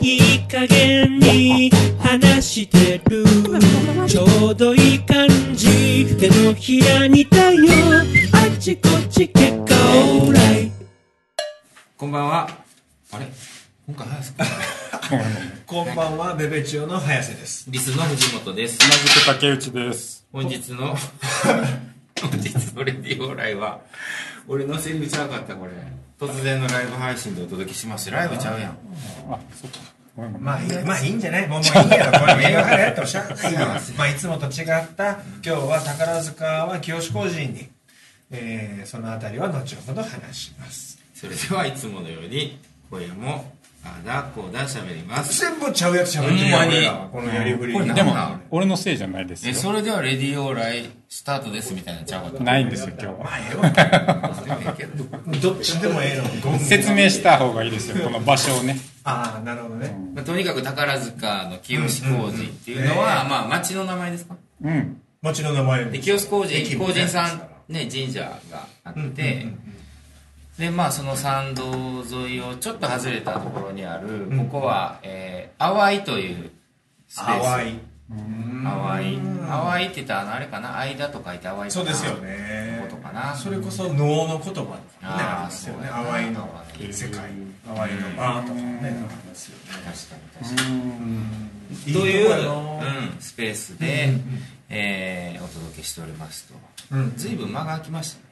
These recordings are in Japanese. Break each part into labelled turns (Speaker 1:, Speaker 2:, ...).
Speaker 1: いい加減に話してるちょうどいい感じ手のひらにだよあちこち結果オーライ
Speaker 2: こんばんは。あれ今回早瀬君
Speaker 3: こんばんは、ベベチオの早瀬です。
Speaker 2: リスの藤本です。
Speaker 4: 同じく竹内です。
Speaker 2: 本日 の、本日のレディオライは、俺のセリフちゃうかった、これ。突然のライブ配信でお届けしました。ライブちゃうやん。
Speaker 4: あ、そっか。ごめんごめん。
Speaker 3: まあいい、まあいいんじゃないもうもういいやろ。これ映画からやってもしゃ あないやまあいつもと違った、今日は宝塚は清志工人に、えー、そのあたりは後ほど話します。
Speaker 2: それではいつものように、今夜も、あーだこうだ喋ります。
Speaker 3: 全部ちゃうやつちゃうやつ
Speaker 2: ほんまに
Speaker 3: 俺らはこのやりぶり
Speaker 2: これ
Speaker 4: でも
Speaker 2: なんなん、
Speaker 4: 俺のせいじゃないです
Speaker 2: え、
Speaker 4: よ。
Speaker 2: それではレディオライスタートですみたいなちゃうかった。
Speaker 4: ない んですよ、今日は。
Speaker 3: まあええわ
Speaker 2: けど
Speaker 3: どっちでもええの。ゴン
Speaker 4: 説明した方がいいですよ、この場所をね。
Speaker 3: ああ、なるほどね。
Speaker 2: まあ、とにかく宝塚の清志工事っていうのは、
Speaker 3: うん
Speaker 2: まあ町の名前ですか
Speaker 4: うん。
Speaker 3: 町の名前も
Speaker 2: で清志工
Speaker 3: 駅
Speaker 2: 事
Speaker 3: も
Speaker 2: 工
Speaker 3: ね
Speaker 2: 人さんね神社があって、
Speaker 3: うんうんうん
Speaker 2: でまあその参道沿いをちょっと外れたところにある、ここは、えー、淡いというスペース
Speaker 3: 淡い。
Speaker 2: 淡い淡いって言ったらあのあれかな間と書いて淡いかな
Speaker 3: そうですよね。
Speaker 2: ことかな
Speaker 3: それこそ能の言葉とかね、あり
Speaker 2: あー
Speaker 3: ますよね。
Speaker 2: そうやな
Speaker 3: 淡いの世界、淡いのバーとかもね、ありますよね。
Speaker 2: 確かに確か
Speaker 3: い
Speaker 2: に
Speaker 3: い
Speaker 2: という
Speaker 3: とこやな
Speaker 2: うん、スペースで、えーお届けしておりますと、
Speaker 3: うん
Speaker 2: ずいぶん間が空きましたね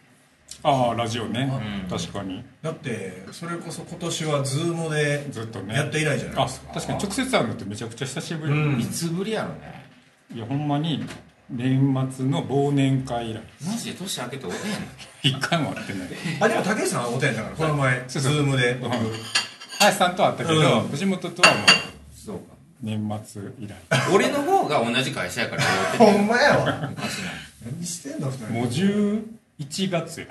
Speaker 4: ああ、ラジオね。
Speaker 2: うん
Speaker 4: 確かに。
Speaker 3: だってそれこそ今年はズームで
Speaker 4: ずっとね。
Speaker 3: やって以来じゃない
Speaker 4: あ
Speaker 3: ですか、、
Speaker 4: 確かに直接会うのってめちゃくちゃ久しぶ
Speaker 3: う
Speaker 4: り。
Speaker 3: ん
Speaker 2: いつぶりやろね
Speaker 4: いや、ほんまに、年末の忘年会以来。
Speaker 2: マジで年明けておれんの
Speaker 4: 一回も会ってない。
Speaker 3: あでも武井さんはおてんだからこの前ズ
Speaker 4: そうそう
Speaker 3: ームで
Speaker 4: うん
Speaker 3: 僕
Speaker 4: 林さんとは会ったけど、
Speaker 3: うん
Speaker 4: 藤本とはもう、
Speaker 2: そうか
Speaker 4: 年末以来。
Speaker 2: 俺の方が同じ会社やから
Speaker 3: ほんまやわ何してんの二人
Speaker 4: もう11月や。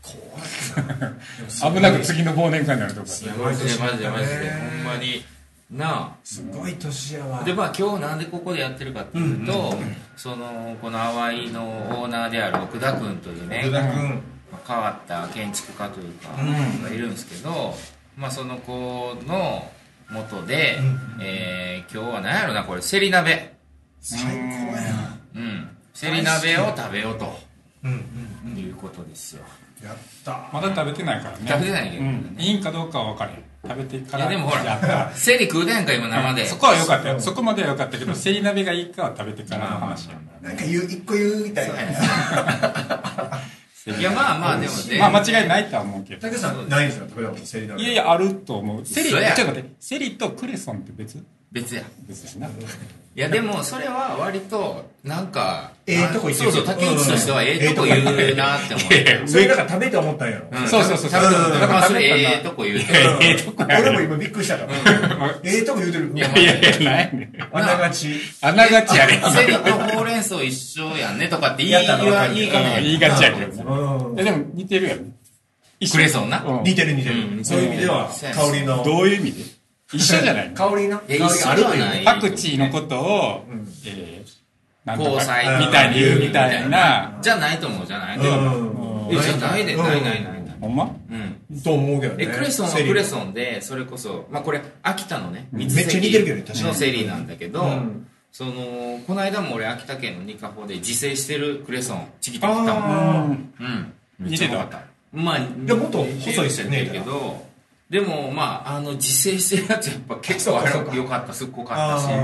Speaker 3: 怖いな
Speaker 4: 危なく次の忘年会になるとか。
Speaker 2: いやマジでマジでマジで
Speaker 3: ね
Speaker 2: ほんまにな
Speaker 3: すごい年やわ
Speaker 2: あでまあ今日なんでここでやってるかっていうと、そのこの淡いのオーナーである奥田君というね
Speaker 3: 福田君
Speaker 2: まあ変わった建築家というか、
Speaker 3: うん
Speaker 2: がいるんですけど、まあ、その子のもとで、えー今日は何やろなこれセリ鍋
Speaker 3: 最高やな
Speaker 2: うんセリ鍋を食べようと
Speaker 3: うんうん
Speaker 2: いうことですよ
Speaker 3: やった
Speaker 4: まだ食べてないからね
Speaker 2: 食べてないけど
Speaker 4: う
Speaker 2: ね
Speaker 4: ん、いいんかどうかは分からへん食べてか
Speaker 2: い
Speaker 4: ら
Speaker 2: やでもほ
Speaker 4: や
Speaker 2: ら
Speaker 4: った
Speaker 2: セリ食うてんか今生で
Speaker 4: そこは良かったよそこまでは良かったけどせり鍋がいいかは食べてからの話やから
Speaker 3: なんか言う一個言うみたいな
Speaker 2: そうやねいやまあまあでもね
Speaker 4: まあ間違いないとは思うけど
Speaker 3: 武井さんないんですよ食べたことセリ鍋
Speaker 4: いやいやあると思うセリち
Speaker 2: 嘘
Speaker 4: ょっ
Speaker 2: や
Speaker 4: と待ってセリとクレソンって別
Speaker 2: 別や
Speaker 4: 別 ですない
Speaker 2: やでもそれは割となんか
Speaker 3: ええとこ行って
Speaker 2: そう
Speaker 3: る
Speaker 2: そう竹内としてはええとこ言うなって思って
Speaker 3: それだから食べて思ったんやろ
Speaker 2: ん
Speaker 4: そうそうそう
Speaker 2: だからだからそれ
Speaker 4: うん
Speaker 2: ええとこ言うて
Speaker 4: やええとこや
Speaker 3: 俺も今びっくりしたからええとこ言うてる
Speaker 2: や
Speaker 4: いやいやないね
Speaker 3: あながち
Speaker 4: あながちや
Speaker 2: セ
Speaker 4: れ
Speaker 2: リとほうれん草一緒やんねとかって言い
Speaker 3: やったの
Speaker 2: 言わ
Speaker 3: 分かる
Speaker 2: 言いか
Speaker 4: うん
Speaker 2: ね
Speaker 4: 言いがちやけどね
Speaker 3: うん
Speaker 4: えでも似てるやん一緒
Speaker 2: クレソンな
Speaker 4: うん
Speaker 3: 似てる似て
Speaker 2: うん
Speaker 3: るそういう意味では
Speaker 2: そうやね
Speaker 3: 香りの
Speaker 4: どういう意味で一緒じゃないの
Speaker 3: 香りの
Speaker 2: え一緒ではない
Speaker 4: パクチーのことを、
Speaker 3: うん
Speaker 4: えー、なんとか
Speaker 2: 交際
Speaker 4: みたいに言うみたいな、
Speaker 2: じゃないと思うじゃない
Speaker 3: うん
Speaker 2: えじゃないで
Speaker 3: うん
Speaker 2: ないないないない
Speaker 4: ほんま
Speaker 2: うん
Speaker 3: と思うけどね
Speaker 2: えクレソンは
Speaker 3: セリ
Speaker 2: クレソンでそれこそまあこれ秋田のね
Speaker 3: ん
Speaker 2: 三関
Speaker 3: めっちゃ似てるけどね確かに
Speaker 2: のセリなんだけど、
Speaker 3: うん
Speaker 2: そのこの間も俺秋田県のニカホで自生してるクレソンちぎってきたもん
Speaker 3: あ
Speaker 2: うん
Speaker 4: 似てた
Speaker 2: めっちゃうまかまあ
Speaker 3: やもっと細いっすよね
Speaker 2: 似てるけどでもまああの自生してるやつやっぱ結構
Speaker 3: あそうかそうか
Speaker 2: 良かったすっご
Speaker 3: あ
Speaker 2: かったし
Speaker 3: あ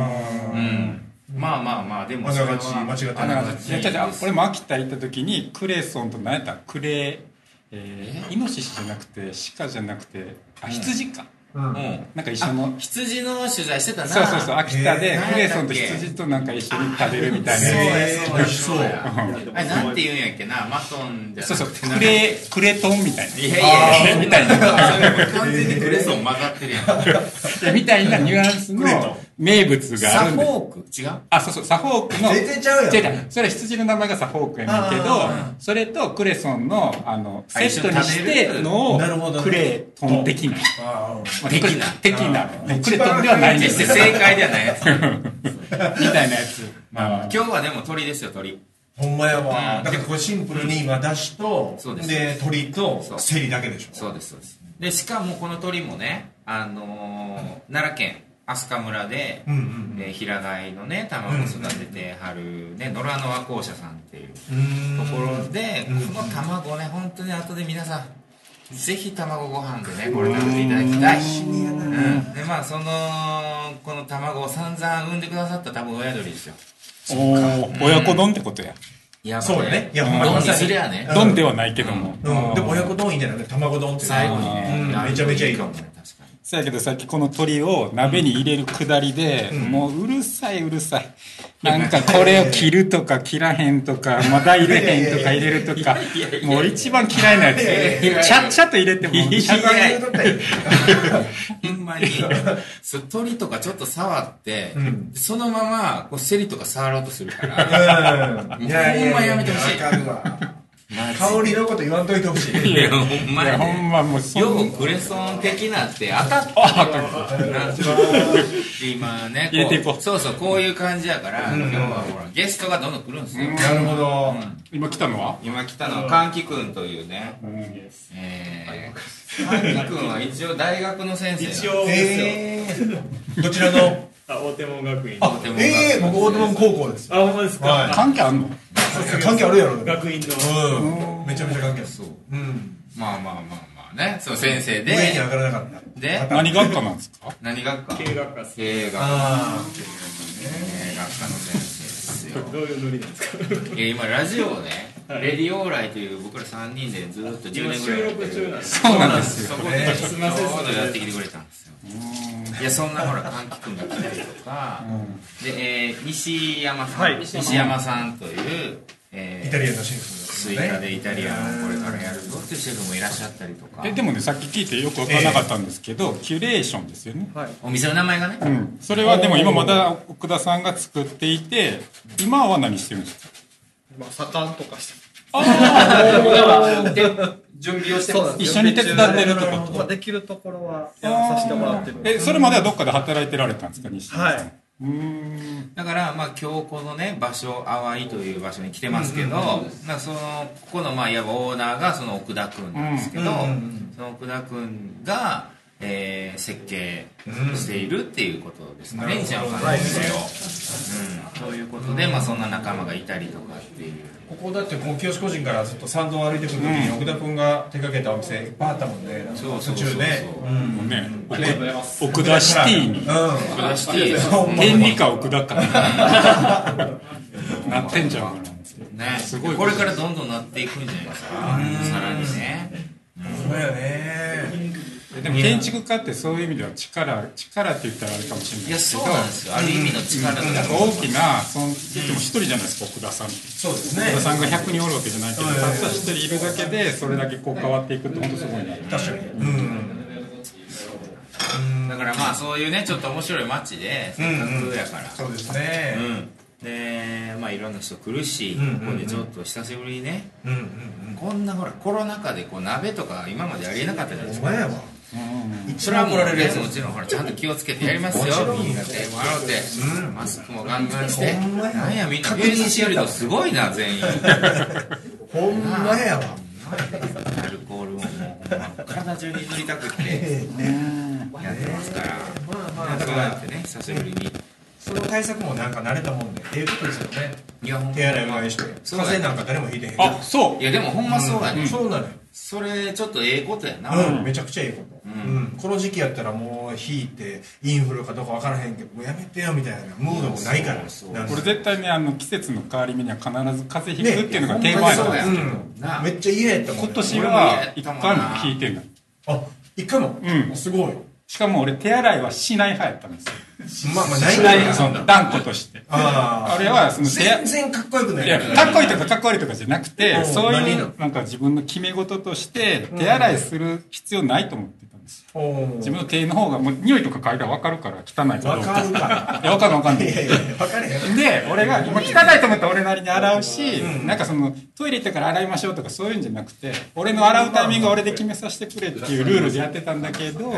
Speaker 2: う
Speaker 3: ー
Speaker 2: んまあまあまあでも
Speaker 3: あ
Speaker 2: それ
Speaker 3: な
Speaker 2: は
Speaker 3: がち間違っ
Speaker 2: あ
Speaker 3: てない
Speaker 4: あ
Speaker 2: な
Speaker 4: なん
Speaker 2: が
Speaker 4: か
Speaker 2: ち
Speaker 4: いや違う違う俺
Speaker 2: も
Speaker 4: も秋田行った時にクレソンと何やったクレえー、イノシシじゃなくて鹿じゃなくてあ
Speaker 2: うん
Speaker 4: 羊か、
Speaker 3: うん
Speaker 2: うん
Speaker 4: なんか一緒の
Speaker 2: 羊の取材してたな
Speaker 4: そうそうそう秋田
Speaker 3: え
Speaker 4: で
Speaker 2: ー
Speaker 4: クレソンと羊となんか一緒に食べるみたい
Speaker 2: そう
Speaker 4: な、
Speaker 2: や
Speaker 3: えー
Speaker 2: そうや
Speaker 3: 美味しそう
Speaker 2: そうやあれなんて言うんやっけなマトンじゃなくて
Speaker 4: そうそう
Speaker 2: なんか
Speaker 4: クレクレトンみたいな
Speaker 2: や
Speaker 4: い
Speaker 2: いやいや
Speaker 4: みたいな
Speaker 2: それもう完全にクレソン混ざ ってるやん
Speaker 4: いやみたいなニュアンスの
Speaker 3: クレトン
Speaker 4: 名物があ
Speaker 2: サ
Speaker 4: るん
Speaker 2: フ
Speaker 4: で
Speaker 2: ォーク違う
Speaker 4: あ、そうそう、サフォークの。
Speaker 3: 全然ちゃうやん
Speaker 4: 違違うそれは羊の名前がサフォークやねんけど
Speaker 3: あ、
Speaker 4: それとクレソンの、あの、
Speaker 2: あ
Speaker 4: セットにし
Speaker 2: 一緒に食べ
Speaker 4: て
Speaker 2: る
Speaker 4: のを
Speaker 3: なるほどね
Speaker 4: クレトン的な。
Speaker 3: あ
Speaker 2: 的な
Speaker 4: 的な。クレトンではないんで
Speaker 2: 決し
Speaker 4: す
Speaker 2: て
Speaker 4: よ。み
Speaker 2: 正解ではないやつ
Speaker 4: たいなやつ。まあ、
Speaker 2: 今日はでも鳥ですよ鳥
Speaker 3: ほんまやわ、
Speaker 2: うん
Speaker 3: だからこれシンプルに今だしと、
Speaker 2: そうです
Speaker 3: で鶏と
Speaker 2: そう
Speaker 3: セリだけでしょ
Speaker 2: そうですそうですでしかもこの鳥もね、あのー奈良県飛鳥村で、
Speaker 3: うんうん
Speaker 2: えー平飼いのね卵を育ててはる、ね、野良の和光社さんっていう
Speaker 3: うー
Speaker 2: と
Speaker 3: ん
Speaker 2: ころで、
Speaker 3: うん
Speaker 2: この卵ね本当に後で皆さんぜひ卵ご飯でねこれ食べていただきたいうん、でまあそのこの卵を散々産んでくださった多分親鳥ですよ
Speaker 4: おー親子丼ってことや。
Speaker 2: いや
Speaker 3: そうねいやほんまに
Speaker 2: どうにすりゃね
Speaker 3: うん
Speaker 4: 丼ではないけども。
Speaker 3: うん、でも親子丼いいんじゃない卵丼っていうのは
Speaker 2: 最後にね
Speaker 3: うん、めちゃめちゃいいかも
Speaker 2: 確かに
Speaker 4: そやけどさっきこの鳥を鍋に入れるくだりで、もううるさいうるさい。なんかこれを切るとか切らへんとか、まだ入れへんとか入れるとか、もう一番嫌いなやつ。ちゃっちゃっと入れても、ちゃっ
Speaker 2: いやいや
Speaker 3: 言うとったらいい
Speaker 2: ほんまに、そう鳥とかちょっと触って、
Speaker 3: うん
Speaker 2: そのまま、こう、セリとか触ろうとするから、
Speaker 3: うんいやいや
Speaker 2: ほんまやめてほしい
Speaker 3: わかるわ
Speaker 2: マジ
Speaker 3: 香りのこと言わんといてほしい
Speaker 2: いや、ほんま
Speaker 4: いや
Speaker 2: に
Speaker 4: ほん
Speaker 2: ね。
Speaker 4: まもうそん
Speaker 2: よくクレソン的なって当たったなんか今ね、
Speaker 4: 入れていこう
Speaker 2: う。そうそう、こういう感じやから、今日はほら、ゲストがどんどん来るんですよ。
Speaker 3: なるほど、
Speaker 4: 今来たのは
Speaker 2: 今来たのは、かんきくんというね。えー、かんきくんは一応大学の先生なんです
Speaker 5: 一応ですよ。
Speaker 3: えー、どちらの
Speaker 5: あ、大手門学院。
Speaker 3: あええー、僕大友高校です
Speaker 5: あ、ほんまですか。
Speaker 3: は
Speaker 4: 関係あんの
Speaker 3: い関係あるやろう
Speaker 5: 学院の。
Speaker 3: んめちゃめちゃ関係ある
Speaker 2: そう。
Speaker 3: うん
Speaker 2: まあまあまあまあね、そう、先生で、
Speaker 3: 上に上がらなかった
Speaker 2: で、
Speaker 4: 何学科なんですか
Speaker 2: 何学科
Speaker 5: 経営学科っす。
Speaker 2: 経営学科。
Speaker 3: あ
Speaker 2: ね学科の先生ですよ
Speaker 5: どういうノリなんですか。
Speaker 2: いや今ラジオをね、
Speaker 5: はい
Speaker 2: レディオーライという僕ら3人でずっと10
Speaker 5: 今
Speaker 2: 年ぐらい
Speaker 5: 収
Speaker 2: やって
Speaker 5: 録
Speaker 2: る
Speaker 5: 中なんです。
Speaker 4: そうなんですよ。
Speaker 2: そこでち
Speaker 5: すいません
Speaker 2: ょうどやってきてくれたんですよいやそんなほらかんき君が来たりとか、で、えー西山さん、
Speaker 4: はい
Speaker 2: 西山さんという、え
Speaker 3: あ
Speaker 2: ー
Speaker 3: イタリアンのシェフ
Speaker 2: スイカでイタリアンをこれからやるぞっていうシェフもいらっしゃったりとか
Speaker 4: えでもねさっき聞いてよく分からなかったんですけど、キュレーションですよね、
Speaker 2: お店の名前がね、
Speaker 4: うん、それはでも今まだ奥田さんが作っていて今は何してるんですか
Speaker 6: まあ、盛んとかして
Speaker 2: 準備をして
Speaker 6: そうなん
Speaker 4: 一緒に手伝ってるってこ
Speaker 6: ま
Speaker 4: と
Speaker 6: あ、できるところはやらさせてもらってる
Speaker 4: えそれまではどっかで働いてられたんですか西野さん
Speaker 6: はいう
Speaker 4: ーん
Speaker 2: だから、まあ、今日このね場所淡いという場所に来てますけど、まあ、そのここの、まあ、いわばオーナーがその奥田君なんですけど、
Speaker 3: うんうんうんう
Speaker 2: その奥田君が、えー設計しているっていうことですかね、
Speaker 3: うん
Speaker 2: 西山さんのお店を、うん、ということで、まあ、そんな仲間がいたりとかっていう
Speaker 3: ここだってこう清志個人からずっと参道を歩いてくる時に奥田君が手掛けたお店いっぱいあったもんね
Speaker 2: そう
Speaker 3: 途
Speaker 2: そうそう
Speaker 3: 中ね
Speaker 2: そう
Speaker 4: もうね
Speaker 6: ありがとうございます
Speaker 4: 奥田シティに
Speaker 3: う
Speaker 2: 奥田シティ
Speaker 4: 天理か奥田 かなってんじゃん
Speaker 2: ね
Speaker 4: すごい
Speaker 2: これからどんどんなっていくんじゃないですかさらにね
Speaker 3: んそうやね
Speaker 4: えでも建築家ってそういう意味では力力って言ったらあれかもしれない
Speaker 2: い
Speaker 4: で
Speaker 2: や
Speaker 4: す
Speaker 2: そ
Speaker 4: け
Speaker 2: う
Speaker 4: ど
Speaker 2: なんですよある意味の力だ
Speaker 4: なん
Speaker 2: と
Speaker 4: か
Speaker 2: 思う
Speaker 4: 大きな、その、でも一人じゃないですか、奥田さんって。
Speaker 3: そうです
Speaker 4: 奥
Speaker 3: ね
Speaker 4: 田さんが100人おるわけじゃないけど、たった一人いるだけで、それだけこう変わっていくって、本当すごいね。
Speaker 3: 確かにうん
Speaker 2: だからまあそういうねちょっと面白い街でせっかくやから、
Speaker 3: そうですね
Speaker 2: うん、でまあいろんな人来るし、
Speaker 3: んうんうん
Speaker 2: ここでちょっと久しぶりにね、
Speaker 3: うんうん
Speaker 2: こんなほらコロナ禍でこう鍋とか今までありえなかったじゃないで
Speaker 3: うん
Speaker 2: す
Speaker 3: お
Speaker 2: か
Speaker 3: 前やわ
Speaker 2: それはもうねもちろんほらちゃんと気をつけてやりますよみんな手も洗って、マスクもガンガンして
Speaker 3: ほんまや
Speaker 2: なんやみんな
Speaker 3: 確認
Speaker 2: 芸人しよりとすごいな全員
Speaker 3: ほんまやわ
Speaker 2: アルコールももう体中に塗りたくってやってますから
Speaker 3: まあまあ
Speaker 2: だ
Speaker 3: だ
Speaker 2: か
Speaker 3: から
Speaker 2: や
Speaker 3: ら
Speaker 2: ってね久しぶりに
Speaker 3: その対策もなんか慣れたもんでええことですよね
Speaker 2: いやほんま
Speaker 3: 手洗いうがいして
Speaker 2: そ
Speaker 3: 風
Speaker 2: うだよ
Speaker 3: 邪なんか誰もひいてへん
Speaker 4: あ、そ
Speaker 2: いやでもほんまそうやね、
Speaker 3: そうなのよ
Speaker 2: それちょっとええことやな、
Speaker 3: うん、めちゃくちゃいいこと、うんこの時期やったらもう引いてインフルかどうかわからへんけどもうやめてよみたいなムードもないから
Speaker 2: そうそう
Speaker 3: なん
Speaker 4: う。
Speaker 3: か
Speaker 4: これ絶対ね、あの、季節の変わり目には必ず風邪ひくっていうのが
Speaker 2: ねい
Speaker 4: テーマ
Speaker 2: やほんまにそうだ
Speaker 4: や
Speaker 2: よ
Speaker 4: ん。
Speaker 3: うん
Speaker 2: なあ
Speaker 3: めっちゃ嫌やったもん、
Speaker 4: 今年
Speaker 2: 俺も
Speaker 4: は
Speaker 2: や、っ
Speaker 4: 一
Speaker 2: たもんな
Speaker 4: 回も聞いてない。
Speaker 3: あ一回も、
Speaker 4: うん
Speaker 3: すごい
Speaker 4: しかも俺、手洗いはしない派やったんですよ。
Speaker 3: まあまあない
Speaker 4: し
Speaker 3: け
Speaker 4: な
Speaker 3: ど
Speaker 4: い、その、断固として。あ
Speaker 3: あ
Speaker 4: れは、そ
Speaker 3: あ
Speaker 4: の、手洗
Speaker 3: 全然
Speaker 4: い。
Speaker 3: かっこよくない
Speaker 4: いや、かっこいいとかかっこ悪いとかじゃなくて
Speaker 3: う、ん
Speaker 4: そうい
Speaker 3: 何
Speaker 4: う、なんか自分の決め事として、手洗いする必要ないと思ってたのですよ
Speaker 3: おー
Speaker 4: 自分の手の方がもう匂いとか嗅いだら分かるから汚いかど
Speaker 3: わ
Speaker 4: う
Speaker 3: か
Speaker 4: か
Speaker 3: るか
Speaker 4: いや分かんない分かん
Speaker 3: ら。
Speaker 4: ない
Speaker 3: いやいやいや、わかるよ。
Speaker 4: で、俺が、もう汚いと思ったら俺なりに洗うし、
Speaker 3: うん
Speaker 4: なんかその、トイレ行ってから洗いましょうとかそういうんじゃなくて、俺の洗うタイミングは俺で決めさせてくれっていうルールでやってたんだけど、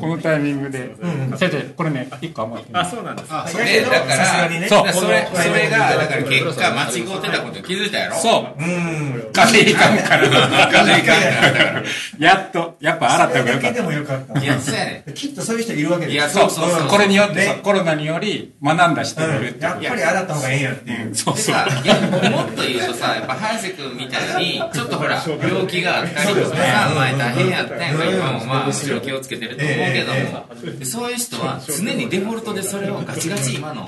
Speaker 4: このタイミングで。先生、これね、一個余ってる
Speaker 5: あ、そうなんです。あ、
Speaker 2: それだか
Speaker 3: さすが
Speaker 2: ら、
Speaker 3: にね
Speaker 2: だからそれ
Speaker 3: この
Speaker 2: それがだから結果間違ってたこと気づいたやろ。う。
Speaker 4: そう
Speaker 3: うん。
Speaker 4: 家庭感からの。
Speaker 2: 金いかんからだから。
Speaker 4: やっと、やっぱ洗った方がよ
Speaker 3: それだ
Speaker 4: か
Speaker 3: け
Speaker 4: っ
Speaker 3: でもよかった。
Speaker 2: いや、そうやね。
Speaker 3: きっとそういう人いるわけで
Speaker 2: いや、
Speaker 3: す
Speaker 2: そうそうそう。
Speaker 4: た。これによってさ
Speaker 3: ね
Speaker 4: コロナにより学んだ人がいるって
Speaker 3: やっ
Speaker 4: い
Speaker 3: ぱり洗った方がええんやっていうう。
Speaker 4: うん。そう
Speaker 2: で
Speaker 4: そう。
Speaker 2: さ、いやもっと言うとさ、やっぱ、ハンセ君みたいに、ちょっとほら、病気があったりとかさ、前大変やったんやから、今もまあ、むしろ気をつけてると思うけども、でそういう人は、常にデフォルトでそれをガチガチ今の、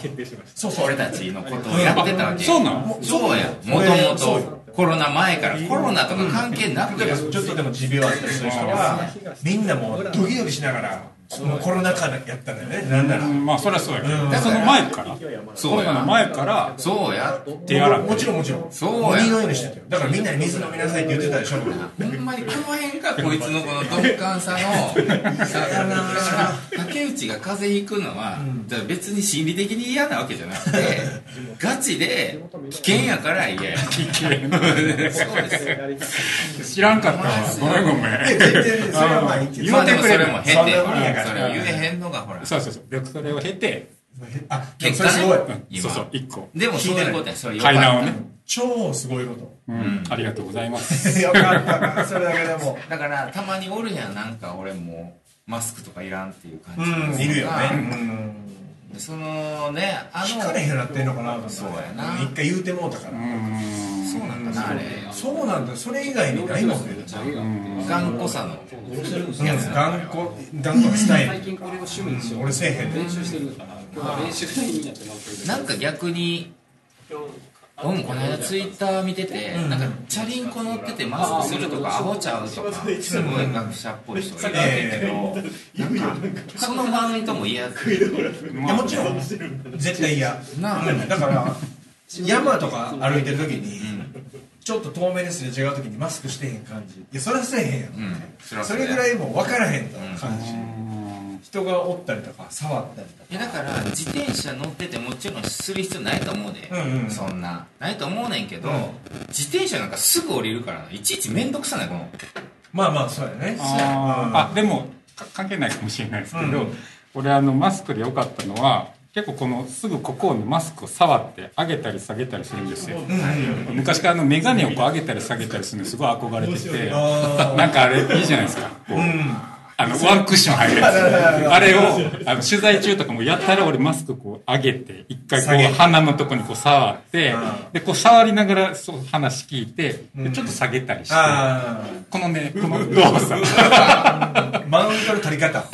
Speaker 2: 俺たちのことをやってたわけ。
Speaker 4: そうなの
Speaker 2: そうや。もともと、コロナ前から、コロナとか関係なく
Speaker 3: だ
Speaker 2: や
Speaker 3: から。ちょっとでも持病あったりする人は、みんなもうドキドキしながら、このコロナ禍やったんだよね、なんなら。
Speaker 4: うんまあ、そりゃそうやけ
Speaker 3: うん
Speaker 4: ど。その前から、コ
Speaker 2: そう
Speaker 4: ロナの
Speaker 2: や。
Speaker 4: 前から、
Speaker 2: そうや。
Speaker 4: 手洗って
Speaker 3: もちろんもちろん。
Speaker 2: そうや
Speaker 3: 鬼のようにしてたよ。だからみんなに水飲みなさいって言ってたでしょ。
Speaker 2: ほんまにこの辺かこいつのこの鈍感さのさだから竹内が風邪ひくのは、だから別に心理的に嫌なわけじゃなくてガチで危険やから嫌やそうです
Speaker 4: 知らんかったわ。ごめんごめん。
Speaker 3: 全然それはまあいいけど。
Speaker 2: まあでもそれも変で
Speaker 3: そんな
Speaker 2: ほ
Speaker 3: もんや
Speaker 2: ら
Speaker 3: から
Speaker 2: それを言えへんのがほら
Speaker 4: そうそうそう。で、それを経て、
Speaker 3: あ、で
Speaker 2: 結
Speaker 3: もそ
Speaker 2: 果
Speaker 3: れすごい。
Speaker 2: ね
Speaker 4: そう
Speaker 2: 今
Speaker 4: そう、一個。
Speaker 2: でもそういうことやそれよか
Speaker 4: 海
Speaker 2: った
Speaker 4: 南をね。
Speaker 3: 超すごいこと。
Speaker 4: うん。ありがとうござ います。
Speaker 3: よかったなそれだけでも。
Speaker 2: だからたまにおるやんなんか俺もうマスクとかいらんっていう感
Speaker 3: う
Speaker 2: じの
Speaker 3: ん、いるよね。うん。
Speaker 2: でそのねあ
Speaker 3: 聞
Speaker 2: の
Speaker 3: かれへんようになってんのかなと思って
Speaker 2: そうやな
Speaker 3: 一回言うてもうたから。
Speaker 4: うん。
Speaker 2: そうなんだなあれ
Speaker 3: そうなんだよ。それ以外にないもんね。
Speaker 2: 頑固さの
Speaker 3: うん、頑固、頑固したい。
Speaker 7: 近これを趣味にしよう
Speaker 3: 俺せえへんね。
Speaker 7: 練習してるから今日は練習がいいんやってなってる
Speaker 2: なんか逆に俺もこの間ツイッター見てて、なんかチャリンコ乗っててマスクするとかアホちゃうとかすごい学者っぽい人がいるけど、なんかそのマウントも嫌
Speaker 3: いやもちろん、絶対嫌。
Speaker 2: なあ
Speaker 3: だから、山とか歩いてる時に、ちょっと遠目ですれ違う時にマスクしてへん感じ。いや、それはせえへんや。
Speaker 2: うんんそれは
Speaker 3: そ
Speaker 2: そ
Speaker 3: れ
Speaker 2: れ
Speaker 3: ぐ
Speaker 2: だ
Speaker 3: ら
Speaker 2: い
Speaker 3: いもう分からへんと感じ。人がおったりとか、触ったりとか。
Speaker 2: やだから自転車乗っててもちろんする必要ないと思うで、
Speaker 3: うんうん
Speaker 2: そんなないと思うねんけど、
Speaker 3: うん
Speaker 2: 自転車なんかすぐ降りるからないちいち面倒くさないこの
Speaker 3: まあまあ、そうやね。
Speaker 4: あーあ、でも、か関係ないかもしれないですけ
Speaker 3: う
Speaker 4: ど
Speaker 3: ん、
Speaker 4: 俺あの、マスクで良かったのは、結構この、すぐここをねマスクを触って、上げたり下げたりするんですよ。
Speaker 3: うんうん
Speaker 4: 昔からあの、メガネをこう上げたり下げたりするのすごい憧れてて、
Speaker 3: あ
Speaker 4: なんかあれ、いいじゃないですか。
Speaker 3: ー
Speaker 4: こう
Speaker 3: うん。
Speaker 4: あの、ワンクッション入るやつ。あれを、あの、取材中とかもやったら俺マスクこう上げて、一回
Speaker 3: 下げ
Speaker 4: こ
Speaker 3: て
Speaker 4: う鼻のとこにこう触って
Speaker 3: うん、
Speaker 4: で、こう触りながらそう話聞いて、
Speaker 3: う
Speaker 4: で
Speaker 3: ん
Speaker 4: ちょっと下げたりして、
Speaker 3: あ
Speaker 4: このね、この動作。
Speaker 3: あ、マウントの取り方。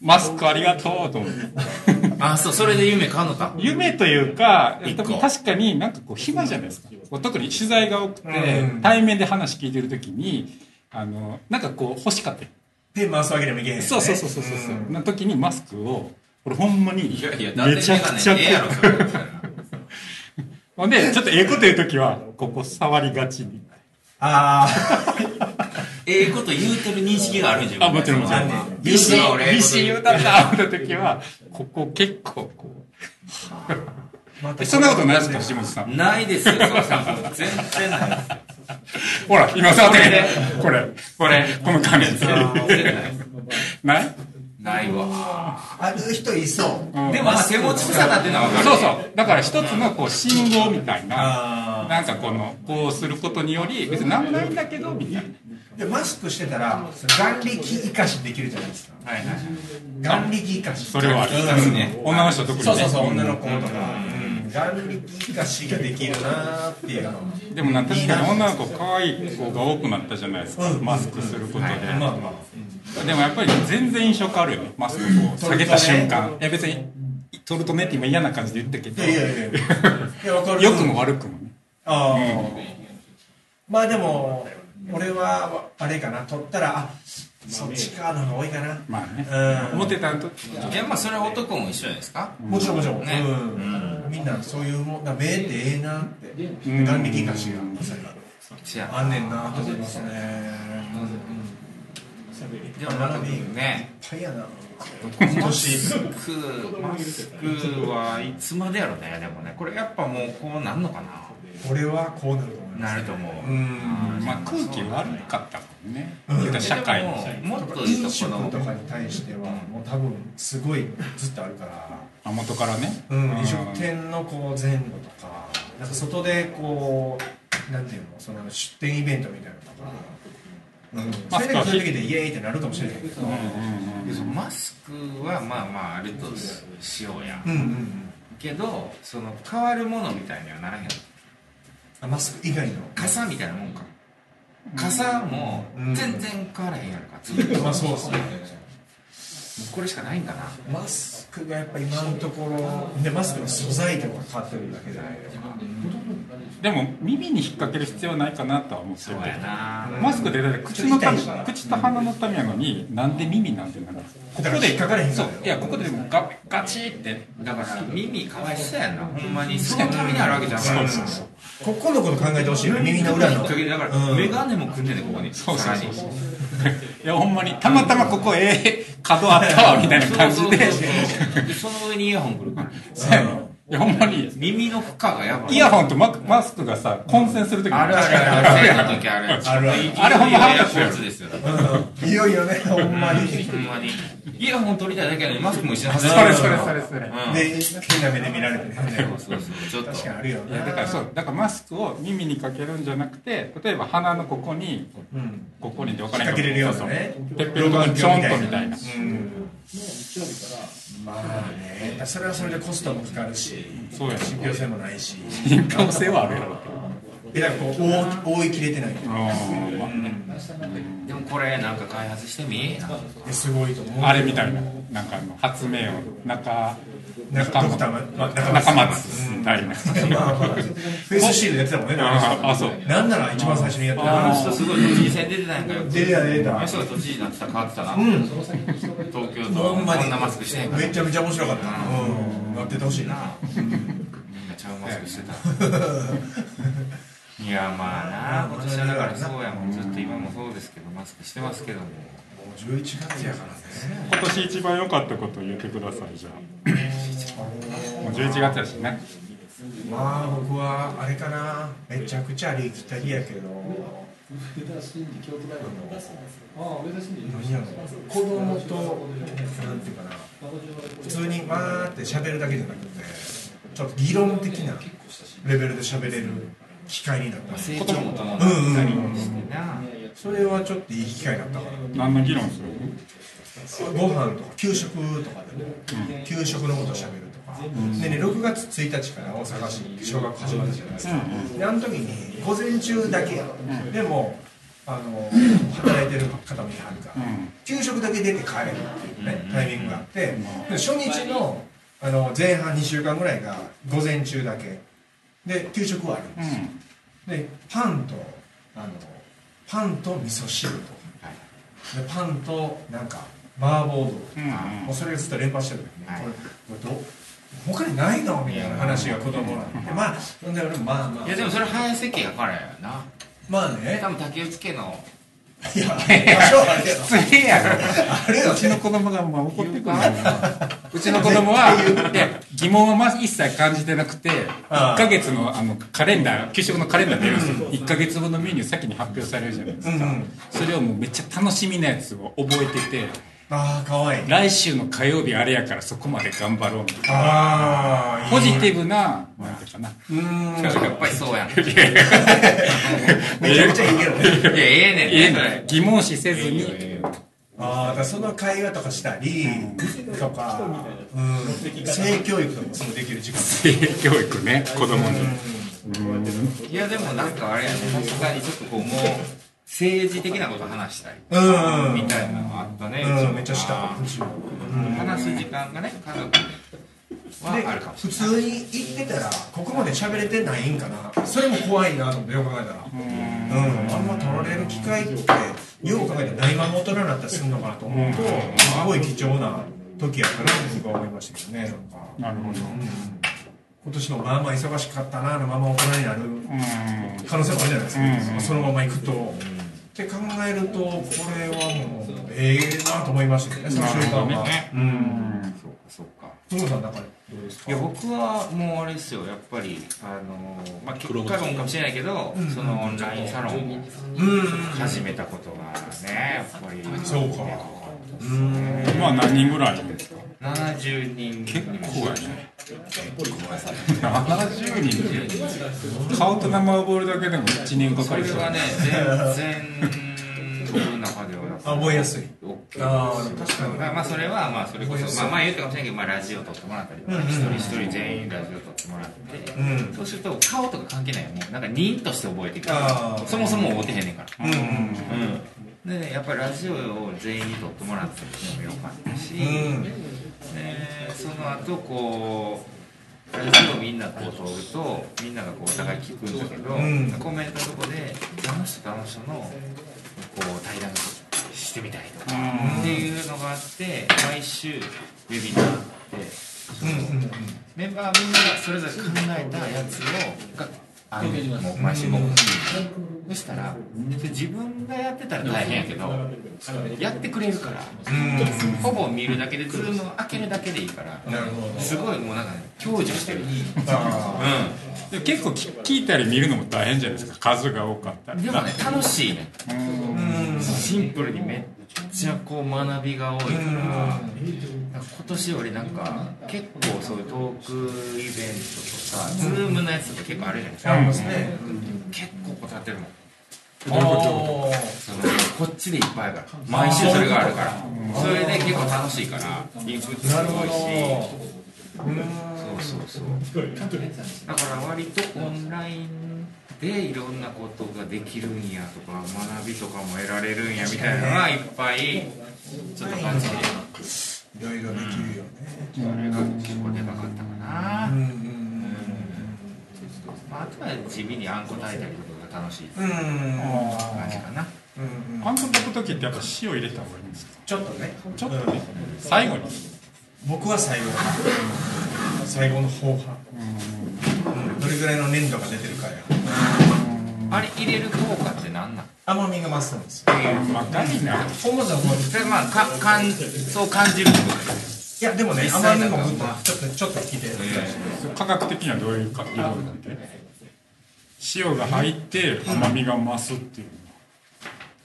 Speaker 4: マスクありがとうと思って。
Speaker 2: あそうそれで夢買うのか
Speaker 4: 夢というか、
Speaker 2: 一個
Speaker 4: 確かになんかこう暇じゃないですか。こう特に取材が多くて
Speaker 3: うん、
Speaker 4: 対面で話聞いてるときに、あの、なんかこう欲しかった。
Speaker 3: 手回すわけにもいけへんよね。
Speaker 4: そうそうそうそうそう。
Speaker 3: ん
Speaker 4: な時にマスクを、俺ほんまに、
Speaker 2: いやいやだって
Speaker 4: めちゃくちゃ
Speaker 2: メガネええやろそれ
Speaker 4: ほんで、ちょっとええこと言うときは、ここ触りがちに。
Speaker 3: ああ。
Speaker 2: ええこと言うてる認識があるんじゃん
Speaker 4: あもちろんもちろん
Speaker 2: ビシ
Speaker 4: 必死に歌った思ったときは、ここ結構こ
Speaker 3: ま
Speaker 4: う。
Speaker 3: た
Speaker 4: そんなことないですか、藤本さん。
Speaker 2: ないですよ、そうさん。全然ないです。
Speaker 4: ほら、今触ってこれ、
Speaker 2: これ。
Speaker 4: この画
Speaker 2: 全
Speaker 4: 面。
Speaker 2: 然ないです。
Speaker 4: ない
Speaker 2: ないわ。
Speaker 3: ある人いそう。
Speaker 2: でも、まあ手持ち無沙汰っていうのは分かる。
Speaker 4: そうそう。だから一つのこう信号みたいな。
Speaker 3: あ
Speaker 4: なんかこの、こうすることにより、別に何もないんだけど、みたいな。
Speaker 3: あ。で、マスクしてたら、眼力生かしできるじゃないですか。
Speaker 2: はいはいはい。
Speaker 3: 眼力生かし。
Speaker 4: それはある
Speaker 3: うんね。
Speaker 4: 女の人特にね。
Speaker 3: そうそうそう、女の子とか。うん眼力生かしができるなーっていうのは。
Speaker 4: でもなんか確かに女の子可愛い子が多くなったじゃないですか。
Speaker 3: うん
Speaker 4: マスクすることで。
Speaker 3: まあまあ。
Speaker 4: でもやっぱり全然印象変わるよね。マスクを下げた瞬間。いや別に、取るとねって今嫌な感じで言ったけ
Speaker 3: い
Speaker 4: ど
Speaker 3: やい、やいや。いや、わかる。
Speaker 4: 良くも悪くもね。
Speaker 3: ああ、まあでも俺はあれかな取ったらあそっちかの方が多いかな、
Speaker 4: まあね。
Speaker 3: うん
Speaker 4: 思ってたのと、
Speaker 2: いや、まあ、それは男も一緒じゃないですか。
Speaker 3: もちろんもちろん、
Speaker 2: ね
Speaker 3: うんみんなそういうもんな目ってええなって
Speaker 4: うん
Speaker 3: 眼力生かしが
Speaker 2: せや
Speaker 3: あんねんなと思いますね、
Speaker 5: 喋り
Speaker 2: でもなんかね
Speaker 3: ぱいやな
Speaker 2: マスクマスクはいつまでやろねでもねこれやっぱもうこうなんのか
Speaker 3: 俺はこうなると思い
Speaker 2: な
Speaker 3: ま
Speaker 2: なると思
Speaker 3: す
Speaker 2: う
Speaker 3: うん
Speaker 4: まあ、空気悪かったもんね、
Speaker 3: うん
Speaker 4: 言うたら社会
Speaker 2: で
Speaker 4: の
Speaker 2: ももっと言
Speaker 3: 飲
Speaker 2: うと
Speaker 3: 食
Speaker 2: この
Speaker 3: とかに対してはもう多分すごいずっとあるから
Speaker 4: あ元からね、
Speaker 3: うん、飲食
Speaker 4: うん
Speaker 3: 店のこう前後とかなんか外でこうなんていうのその出店イベントみたいなのとか、うん、それで来た時でイエーイってなるかもしれないけど
Speaker 4: うんうんうん
Speaker 2: マスクはまあまああるとしようや
Speaker 3: うんうんうん
Speaker 2: けどその変わるものみたいにはならへん
Speaker 3: あマスク以外の
Speaker 2: 傘みたいなもんか傘も全然変わらへんやろかずっと
Speaker 3: まあそうですね
Speaker 2: もうこれしかないんかな
Speaker 3: マスクがやっぱ今のところでマスクの素材とか変わってるだけじゃないですか
Speaker 4: でも耳に引っ掛ける必要はないかなとは思って
Speaker 2: そう
Speaker 4: る
Speaker 2: やな
Speaker 4: マスクでだって口のため
Speaker 3: ちょっと痛いから
Speaker 4: 口と鼻のためやのになんで耳なんてなるここ
Speaker 3: だから
Speaker 4: で
Speaker 3: 引っかかれへんか
Speaker 4: そ
Speaker 3: ら
Speaker 4: ういやここでもガガチーって
Speaker 2: だから耳かわいそうやんなほんまにそのためにあるわけじゃない
Speaker 3: そうそうそうここのこと考えてほしいよ耳の裏の
Speaker 2: だから、
Speaker 3: うん
Speaker 2: メガネも組んでんねここに
Speaker 4: そうそうそう
Speaker 2: さ
Speaker 4: いやほんまにたまたまここええ角あったわみたい
Speaker 2: らに
Speaker 4: な感じで
Speaker 2: そうそうそうでその上にイヤホンくるから
Speaker 4: そうやねんいやほんまに
Speaker 2: 耳の負荷がやばい
Speaker 4: イヤホンとママスクがさ混戦するとき
Speaker 2: あるあるある生の時ある
Speaker 3: あるある
Speaker 4: あれほんま腹
Speaker 2: イヤ
Speaker 4: 立つ
Speaker 2: ホ
Speaker 4: や
Speaker 2: ン
Speaker 4: ろ
Speaker 2: ですよ
Speaker 3: うんいよいよねほんまに
Speaker 2: ほんまにイヤホン取りたいだけやのにマスクも一緒に外
Speaker 4: それそれそれそれ
Speaker 2: うん
Speaker 3: で変な目で見られてね
Speaker 2: そうそうそうちょっ
Speaker 3: 確
Speaker 2: と
Speaker 3: かにあるよ
Speaker 4: いや
Speaker 3: ね
Speaker 4: だからそうだからマスクを耳にかけるんじゃなくて例えば鼻のここに
Speaker 3: うん
Speaker 4: ここにって分か
Speaker 3: 引っ掛
Speaker 4: らへん
Speaker 3: けれるようなね
Speaker 4: そうてっぺんのとこにちょんとみたいな
Speaker 3: うんまあねそれはそれでコストもかかるし
Speaker 4: そうやね
Speaker 3: 信憑性もないし
Speaker 4: 人間性はあるやろうけど
Speaker 3: えだからこう覆い覆いきれてない
Speaker 4: うんま
Speaker 2: でもこれなんか開発してみなんか
Speaker 3: えすごいと思う
Speaker 4: ああれみたいななんかあの発明を中
Speaker 3: なんかドクターまま中松
Speaker 4: 中松みたいな
Speaker 3: まあまあフェイスシールドやってたもんね中松
Speaker 4: ああそう
Speaker 3: なんなら一番最初にやって
Speaker 2: あの
Speaker 3: た
Speaker 2: 人すごい都知事選出てないんかよ
Speaker 3: 出た出
Speaker 2: あの
Speaker 3: た
Speaker 2: 人が都知事になってたら変わってたな、
Speaker 3: うん
Speaker 2: 東京
Speaker 3: ほ
Speaker 2: 都
Speaker 3: んまに
Speaker 2: こんなマスクしてへんから
Speaker 3: めちゃめちゃ面白かったうんやっててほしいな
Speaker 2: みんなちゃうマスクして たいやまあな今年はだからそうやもんずっと今もそうですけどマスクしてますけども
Speaker 3: もう11月やからね
Speaker 4: 今年一番良かったことを言ってくださいじゃあもう11月やしね
Speaker 3: まあ僕はあれかなめちゃくちゃありきたりやけど何やろ子供となんていうかな普通にわーって喋るだけじゃなくてちょっと議論的なレベルで喋れる機会になった
Speaker 2: 成長も伴っ
Speaker 3: うんうん
Speaker 2: たりもしてな
Speaker 3: それはちょっといい機会だったか
Speaker 4: 何の議論する
Speaker 3: らご飯とか給食とかでね給食のこと喋るとかでね6月1日から大阪市小学校始まるじゃないですかであの時に午前中だけやでもあの働いてる方もいはるから
Speaker 4: う
Speaker 3: 給食だけ出て帰るっていうねタイミングがあってで初日のあの前半2週間ぐらいが午前中だけで給食はあるんで
Speaker 4: んう
Speaker 3: すよ
Speaker 4: ん
Speaker 3: でパンとあのパンと味噌汁とでパンとなんか麻婆豆腐
Speaker 4: うん
Speaker 3: もうそれがずっと連発してる時に、
Speaker 2: はい
Speaker 3: これこれどう他にないのみたいな話が子供なんでまあそんで俺もまあまあ
Speaker 2: いやでもそれ早席やからやな
Speaker 3: まあね
Speaker 2: 多分竹内家の
Speaker 3: いや多少あれ よ
Speaker 4: 失礼やろ
Speaker 3: あれよ
Speaker 4: うちの子供がまあ怒ってくるんだよなうちの子供はで疑問はまあ一切感じてなくて
Speaker 3: ああ
Speaker 4: 1ヶ月のあのカレンダー給食のカレンダー出るんですよ1ヶ月分のメニュー先に発表されるじゃないです
Speaker 3: うんう
Speaker 4: か、
Speaker 3: ん
Speaker 4: それをもうめっちゃ楽しみなやつを覚えてて
Speaker 3: ああかわいい
Speaker 4: 来週の火曜日あれやからそこまで頑張ろうみたいな
Speaker 3: ああ
Speaker 4: ポジ
Speaker 3: ィ
Speaker 4: ティブななんていうかな
Speaker 3: ブうーん
Speaker 2: やっぱりそう やんいや
Speaker 3: めちゃくちゃいいけどね
Speaker 2: ええねん
Speaker 4: 家
Speaker 2: ね
Speaker 4: に
Speaker 2: それ
Speaker 4: 疑問視せずに
Speaker 3: ああだからその会話とかしたりとかうん性教育とかもそのできる時間
Speaker 4: 性教育ね子供に
Speaker 2: いやでもなんかあれやね確かにちょっとこうもう政治的なこと話したり
Speaker 3: うん
Speaker 2: みたいなのあったねうち
Speaker 3: う
Speaker 2: も
Speaker 3: んめっちゃしたうちもうん
Speaker 2: 話す時間がね家族で
Speaker 3: で
Speaker 2: はあるかもし
Speaker 3: 普通に行ってたらここまで喋れてないんかなそれも怖いなと思ってよく考えたらうん、あんま取られる機会ってよく考えたらないまま大人になったりするのかなと思うとすごい貴重な時やったなって僕は思いましたけどねなんか、
Speaker 4: なるほど
Speaker 3: うん、今年もまあまあ忙しかったなあのまま大人になる
Speaker 4: うん
Speaker 3: 可能性もあるじゃないですか、
Speaker 4: うん
Speaker 3: そのまま行くとって考えると、これはもう、ええなと思いましたね、その瞬間は。
Speaker 4: うん。
Speaker 2: そうかそうか
Speaker 3: トムさんの中でどうですか
Speaker 2: いや僕はもうあれですよやっぱりあのまあ結果論かもしれないけど、そのオンラインサロンを
Speaker 3: うん。
Speaker 2: 始めたことがねやっぱり
Speaker 3: そうか
Speaker 2: ね
Speaker 3: うん。
Speaker 4: 今何人ぐらいいるんですか
Speaker 2: 70人
Speaker 4: 結構やね。70人。顔と名前覚えるだけでも1年か
Speaker 2: そ
Speaker 4: かり
Speaker 2: れ
Speaker 4: そう。
Speaker 2: がね全然僕の中ではな
Speaker 3: 覚えやすい。
Speaker 2: 大きい
Speaker 3: ああ、確かに。
Speaker 2: まあ、まあそれはまあそれこそ、まあ、前言ったかもしれないけど、まあ、ラジオ撮ってもらったりとか、一人一人全員ラジオ撮ってもらって、
Speaker 3: うん
Speaker 2: そうすると顔とか関係ないよもうなんか人として覚えていく
Speaker 3: あー
Speaker 2: そもそも会うてへんねんから
Speaker 3: うんうん。
Speaker 2: うんでねやっぱりラジオを全員に撮ってもらったっていうのもよかったし、
Speaker 3: うん
Speaker 2: でその後こうラジオをみんなこう撮るとみんながこうお互い聞くんだけど、
Speaker 3: うん
Speaker 2: コメントのとこであの人とあの人のこう対談してみたいとか、っていうのがあって毎週ウェビナーで
Speaker 3: うんうん
Speaker 2: メンバーみんながそれぞれ考えたやつをがあのもう毎週もそしたらそれ自分がやってたら大変やけどやってくれるからほぼ見るだけでズームを開けるだけでいいから
Speaker 3: うん。なるほど。
Speaker 2: すごいもうなんかね享受してる
Speaker 3: あ
Speaker 4: でも結構聞聞いたり見るのも大変じゃないですか。数が多かった
Speaker 2: うん
Speaker 4: り。
Speaker 2: でもね楽しいね
Speaker 4: うん
Speaker 3: あ。うん。
Speaker 2: シンプルにめっちゃこう学びが多いからなんか今年よりなんか結構そういうトークイベントとかズームのやつとか結構あるじゃないですか
Speaker 3: ありますね。
Speaker 2: 結構こたってるもん
Speaker 3: どういうこ
Speaker 2: そのこっちでいっぱいやから毎週それがあるからそれで結構楽しいからインプット
Speaker 3: とな
Speaker 2: す
Speaker 3: る
Speaker 2: ご
Speaker 3: ほ
Speaker 2: い
Speaker 3: ど
Speaker 2: し。
Speaker 3: うん。
Speaker 2: そうそうそうだから割とオンラインでいろんなことができるんやとか学びとかも得られるんやみたいなのがいっぱいちょっと感じて
Speaker 3: いろいろできるよね。
Speaker 2: それが結構でかかったかな、
Speaker 3: うん
Speaker 2: まあ、あとは地味にあんこ炊いたりとかが楽しい
Speaker 3: うんうん。うん。
Speaker 2: 感じかな
Speaker 3: うんうん
Speaker 4: あんこ炊く時ってやっぱ塩入れた方がいいんですか
Speaker 3: ちょっとね。
Speaker 4: ちょっとね、最後に。
Speaker 3: 僕は最後最後の方派、うんどれぐらいの粘度が出てるかや
Speaker 2: あれ入れる効果って何なん
Speaker 3: 甘みが増すんですよ
Speaker 4: まあ、ガリな。
Speaker 3: 本物はこう
Speaker 2: それまあかかんそう感じるってことですね
Speaker 3: いやでもね
Speaker 2: 実
Speaker 3: 甘
Speaker 2: 際
Speaker 3: み
Speaker 2: なんか
Speaker 3: もぐっとちょっとちょっときてる
Speaker 4: 科学的にはどういうか色なんで塩が入って甘みが増すっていう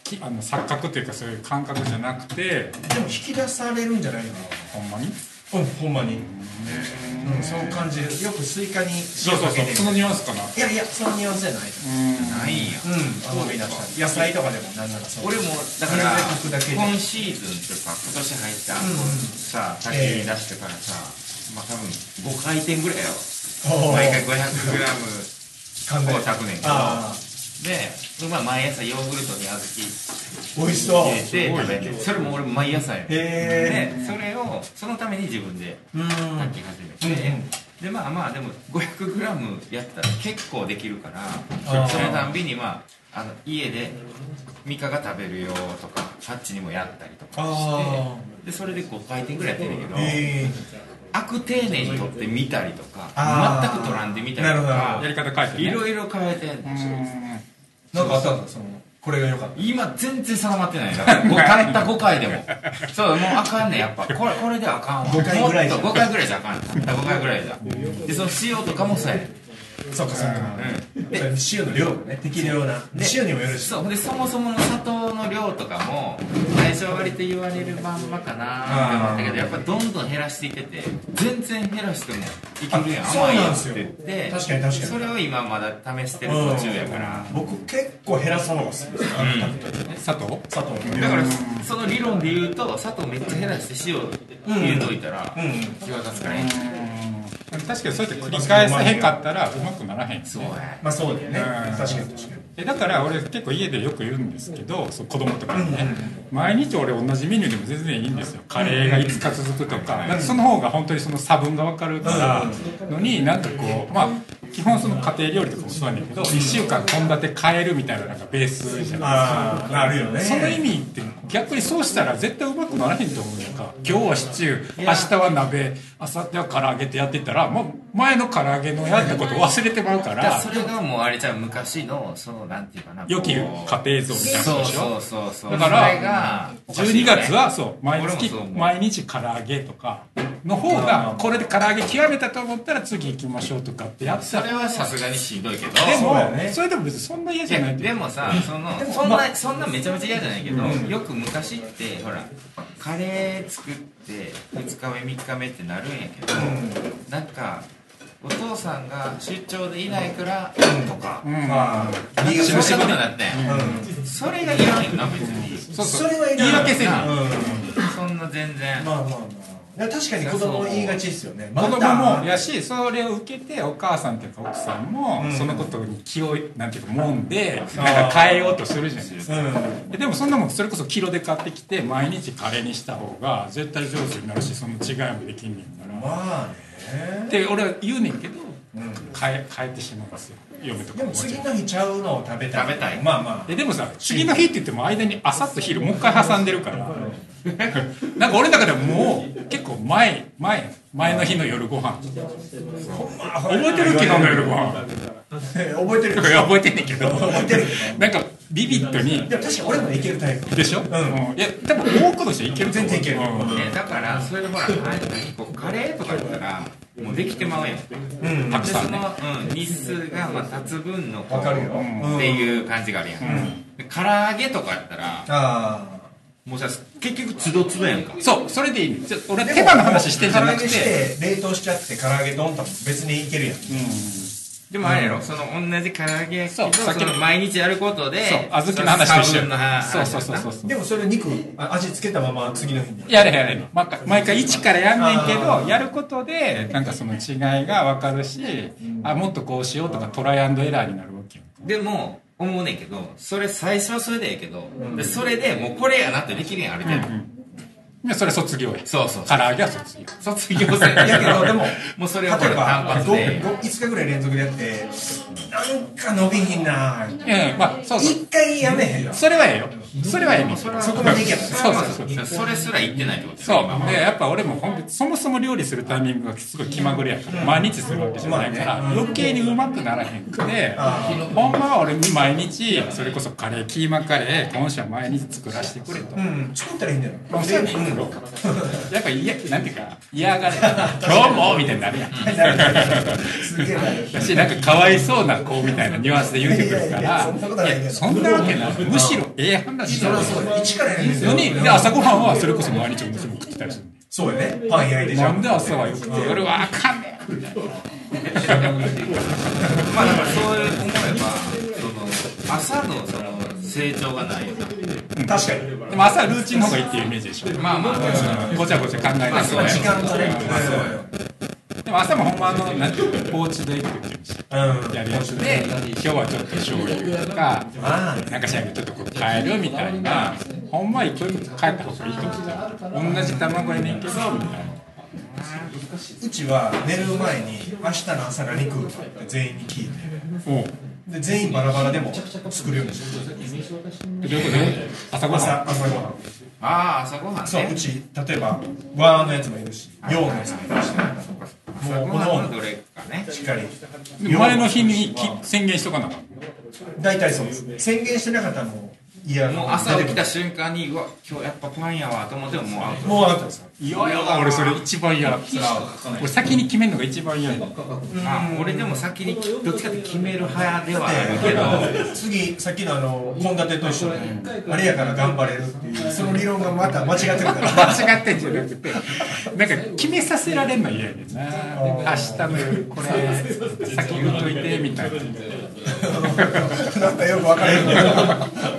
Speaker 4: きあの錯覚というかそういう感覚じゃなくて
Speaker 3: でも引き出されるんじゃないか
Speaker 4: ほんまに
Speaker 3: なうんほんまにうんそう感じるよくスイカに
Speaker 4: そう
Speaker 3: 塩
Speaker 4: そ
Speaker 3: か
Speaker 4: う
Speaker 3: け
Speaker 4: そう
Speaker 3: て
Speaker 4: そのニュアンスかな
Speaker 3: るいやいやそのニュアンスじゃない
Speaker 2: ないんや
Speaker 3: うん甘みだったり野菜とかでもなんならそう
Speaker 2: 俺もだから
Speaker 3: 水で炊くだけで
Speaker 2: 今シーズンとか今年入ってあんこさ焚き火出してからさまあ多分5回転ぐらいやろ
Speaker 3: おー
Speaker 2: 毎回 500g
Speaker 3: 考え
Speaker 2: こう炊くねんけど
Speaker 3: あ
Speaker 2: でまあ毎朝ヨーグルトに小
Speaker 3: ー美味しそう
Speaker 2: 豆入れて食べてそれも俺毎朝やねん
Speaker 3: へ
Speaker 2: でそれをそのために自分で
Speaker 3: えうん
Speaker 2: 炊き始めて、でまあまあでも 500g やったら結構できるから
Speaker 3: あー
Speaker 2: そのたんびにまああの家でミカが食べるよとかハッチにもやったりとかして
Speaker 3: あ
Speaker 2: でそれで5回転ぐらいやってんねんけど
Speaker 3: あええ
Speaker 2: アク丁寧に取ってみたりとか
Speaker 3: あー
Speaker 2: 全く取らんでみたりと
Speaker 3: なる
Speaker 2: か
Speaker 3: ほ
Speaker 4: やり方変えてね
Speaker 2: いろいろ変えてんの
Speaker 4: うん
Speaker 3: なんかあったんだそのこれが良かった
Speaker 2: 今全然定まってないよだから5回た5回で もそうもうあかんねんやっぱこれこれではあかんわ
Speaker 3: 5回ぐらいじゃ
Speaker 2: 5回ぐらいじゃあかんたった5回ぐらいじゃでその塩とかもそうやねん
Speaker 3: そうかそうか
Speaker 2: うんで
Speaker 3: 塩の量がね適量な
Speaker 2: で
Speaker 3: 塩にもよるし
Speaker 2: そうでそもそもの砂糖の量とかも最初は割と言われるまんまかなーって思ったけどやっぱどんどん減らしていってて全然減らしてもいけるやん
Speaker 3: あそう
Speaker 2: 甘いや
Speaker 3: なん
Speaker 2: んっ
Speaker 3: です
Speaker 2: て言
Speaker 3: よ
Speaker 2: って
Speaker 3: 確かに確かに
Speaker 2: それを今まだ試してる途中やから
Speaker 3: 僕結構減らすのが好きですあの
Speaker 4: 砂糖
Speaker 3: 砂糖
Speaker 2: だからその理論で言うと砂糖めっちゃ減らして塩入れといたら
Speaker 3: うんうん
Speaker 2: 際立つからいい
Speaker 4: 確かにそうやって繰り返さへんかったらうまくならへん
Speaker 2: そうや
Speaker 3: まあそうだよね
Speaker 4: うん
Speaker 3: 確かに確か
Speaker 4: えだから俺結構家でよく言うんですけどそう子供とかにね毎日俺同じメニューでも全然いいんですよカレーがいつか続くとかだってその方が本当にその差分が分かるからのになんかこうまあ基本その家庭料理とかもそうなんだけど1週間献立変えるみたいななんかベースじゃないです
Speaker 3: に
Speaker 4: か
Speaker 3: ああなるよね
Speaker 4: その意味って逆にそうしたら絶対うまくならへんと思うやんか今日はシチュー明日は鍋明後日は唐揚げってやってたらもう前の唐揚げのやったこと忘れてまうか
Speaker 2: だから
Speaker 4: ら
Speaker 2: それがもうあれじゃん昔のそのなんていうかな
Speaker 4: 良き家庭像みたいなこと
Speaker 2: そう
Speaker 4: でしょ
Speaker 2: そうそうそう
Speaker 4: だから
Speaker 2: それが
Speaker 4: 12月はそう毎
Speaker 2: 俺も
Speaker 4: 月
Speaker 2: そう思う
Speaker 4: 毎日唐揚げとかの方がこれで唐揚げ極めたと思ったら次行きましょうとかってやって
Speaker 2: そ
Speaker 4: たで
Speaker 2: れはさすがにしんどいけど
Speaker 4: も
Speaker 3: そうやね
Speaker 4: それでも別にそんな嫌
Speaker 2: い
Speaker 4: じゃな
Speaker 2: や
Speaker 4: いと
Speaker 2: でもさそのそんなそんなめちゃめちゃ嫌じゃないけどよく昔ってほらカレー作って2日目3日目ってなるんやけどなんかお父さんが出張でいないからとか
Speaker 4: うん
Speaker 3: まあ、理由
Speaker 2: そんなことに
Speaker 3: う
Speaker 2: なって
Speaker 3: ん
Speaker 2: それが嫌なんよな別に
Speaker 4: そう
Speaker 3: そ
Speaker 4: そう
Speaker 3: れはいら
Speaker 4: 言い
Speaker 3: ない
Speaker 4: 訳せない
Speaker 3: うん
Speaker 2: そんな全然
Speaker 3: まあまあまあ。いや確かに子供言いがちですよね。
Speaker 4: 子供
Speaker 3: ま
Speaker 4: も
Speaker 3: だ
Speaker 4: やしそれを受けてお母さんっていうか奥さんも
Speaker 3: うん
Speaker 4: そのことに気をなんていうかもんでなんか変えようとするじゃないですか
Speaker 3: うん。
Speaker 4: でもそんなもんそれこそキロで買ってきて毎日カレーにした方が絶対上手になるしその違いもできんねんから
Speaker 3: まあね。
Speaker 4: って俺は言うねんけど
Speaker 3: うん
Speaker 4: 変え変えてしまうんですよ嫁とか
Speaker 3: でも
Speaker 4: もち
Speaker 3: 次
Speaker 4: ろん
Speaker 3: の日ちゃうのを食べたい。
Speaker 2: 食べたい
Speaker 3: まあ ま
Speaker 4: えでもさ次の日って言っても間に朝と昼もう一回挟んでるから なんか俺の中ではもう結構前前前の日の夜ご飯
Speaker 3: あ。ほんま
Speaker 4: 覚えてる昨日の夜ご飯
Speaker 3: え覚えてる
Speaker 4: と。か覚えてんねんけど
Speaker 3: 覚えてる。
Speaker 4: なんかビビッドに
Speaker 3: でも確かに俺もいけるタイプ。
Speaker 4: でしょ、うんいや多分多くの人いけると思
Speaker 3: 全
Speaker 4: う
Speaker 3: 然いける
Speaker 4: うん
Speaker 2: ねだからそれでほら何こうカレーとかやったらもうできてまうやん
Speaker 3: うん
Speaker 4: たく
Speaker 2: で
Speaker 4: さ
Speaker 2: そ
Speaker 4: んね
Speaker 2: の、うん、日数がまあ経つ分のこ
Speaker 3: わかるよ。
Speaker 2: う
Speaker 3: うん
Speaker 2: っていう感じがあるやん、で唐揚げとかやったら
Speaker 3: あ
Speaker 2: もうさ結局つどつどやんか
Speaker 4: そうそれでいいのちょ俺
Speaker 3: あ。
Speaker 4: 手羽の話してんじゃなくて
Speaker 3: 唐揚げして冷凍しちゃって唐揚げドンと別にいけるやん。
Speaker 2: でもあれやろ、その同じ唐揚げやけど
Speaker 4: そうさっきの
Speaker 2: その毎日やることで
Speaker 4: そう小豆の話と一
Speaker 2: その差
Speaker 4: 緒
Speaker 2: 分の話
Speaker 4: そうそうそうそうそう
Speaker 3: でもそれ肉あ味付けたまま次の日に。
Speaker 4: やれ やれ毎回毎回一からやんねんけ
Speaker 3: あ
Speaker 4: ど
Speaker 3: ー
Speaker 4: やることでなんかその違いが分かるし、あもっとこうしようとかトライアンドエラーになるわけよ
Speaker 2: でも思うねんけどそれ最初はそれでええけど、でそれでもうこれやなってできるやんある程度、
Speaker 4: でそれ卒業や
Speaker 2: そうそう
Speaker 4: 唐揚げは卒業
Speaker 2: 卒業生
Speaker 3: いやけどでも
Speaker 2: もうそ
Speaker 3: 例
Speaker 2: れ
Speaker 3: え
Speaker 2: を
Speaker 3: ば
Speaker 2: これ単発で
Speaker 3: 5日ぐらい連続でやってなんか伸びひんなー
Speaker 4: ええまあそうそう
Speaker 3: 一回やめへんよ
Speaker 4: それはええよそれはええねん
Speaker 2: それは
Speaker 3: そこまでいけば
Speaker 4: そうそうそう
Speaker 2: それすら言ってないってこと
Speaker 4: そう
Speaker 2: 今
Speaker 4: でやっぱ俺もほんとそもそも料理するタイミングがすごい気まぐれやから毎日するわけじゃないから
Speaker 3: ま
Speaker 4: 余計にうまくならへんくて
Speaker 3: あ
Speaker 4: ほんまは俺に毎日それこそカレーキーマカレー今週は毎日作らせてくれと
Speaker 3: うん作ったらいいんだよ
Speaker 4: まあそうやねんけどやっぱ嫌なんていうか嫌がれ今日もみたいになるやん
Speaker 3: すげえなる
Speaker 4: だしなんかかわいそうな子みたいなニュアンスで言うてくるか
Speaker 3: いやいやいや
Speaker 4: ら
Speaker 3: そんなことないけど
Speaker 4: いやそんなわけないむしろええ話
Speaker 3: そ
Speaker 4: だよ
Speaker 3: りゃそうや一からやるんですよ
Speaker 4: のにで朝ごはんはそれこそ毎日おむすび食ってたりするん
Speaker 3: そうやねパン焼いてじゃ
Speaker 4: なんで朝はよくて夜はあかんねん
Speaker 2: まあだからそういう思えばその朝のその成長がないよな
Speaker 3: 確かに
Speaker 4: でも朝はルーチンの方がいいっていうイメージでしょ
Speaker 2: まあまあ
Speaker 4: ごちゃごちゃ考えな
Speaker 2: まあ
Speaker 4: く
Speaker 2: そう
Speaker 4: て
Speaker 3: 時間がね
Speaker 4: でも朝もほんまあのなんていうかポーチドエッグっていうんですよ
Speaker 3: うん
Speaker 4: やるやつで今日はちょっと醤油とか
Speaker 3: まあね
Speaker 4: なんかしらんけどちょっとこう変えるみたいなほんま勢い帰った方がいいと思うじゃん同じ卵やねんけどみたいな
Speaker 3: うちは寝る前に明日の朝何食うかって全員に聞いて
Speaker 4: おう
Speaker 3: で全員バラバラでも作るようにしてる
Speaker 4: どういうこと朝ごはん
Speaker 3: 朝朝ごはん
Speaker 2: ああ朝ごはんね
Speaker 3: そううち例えば和のやつもいるし洋のやつもいるし
Speaker 2: 朝ご
Speaker 3: もうこ
Speaker 2: はんの
Speaker 3: の
Speaker 2: どれかね
Speaker 3: しっかり
Speaker 4: 前の日にき宣言しとかなあかん
Speaker 3: 大体そうです宣言してなかったらもういや
Speaker 2: もう朝起きた瞬間にうわ今日やっぱパンやわと思ってももうアウト
Speaker 3: もうあったんですよ
Speaker 4: いやいや俺それ一番嫌俺先に決めるのが一番嫌や
Speaker 2: まあ俺でも先にきどっちかって決める派ではあるけど
Speaker 3: 次さっきのあの献立と一緒であれやから頑張れるっていうその理論がまた間違ってるから
Speaker 4: 間違ってんじゃなくてなんか決めさせられんの嫌やねんな明日の夜これ先言うといてみたいな
Speaker 3: なんかよく分からへんけど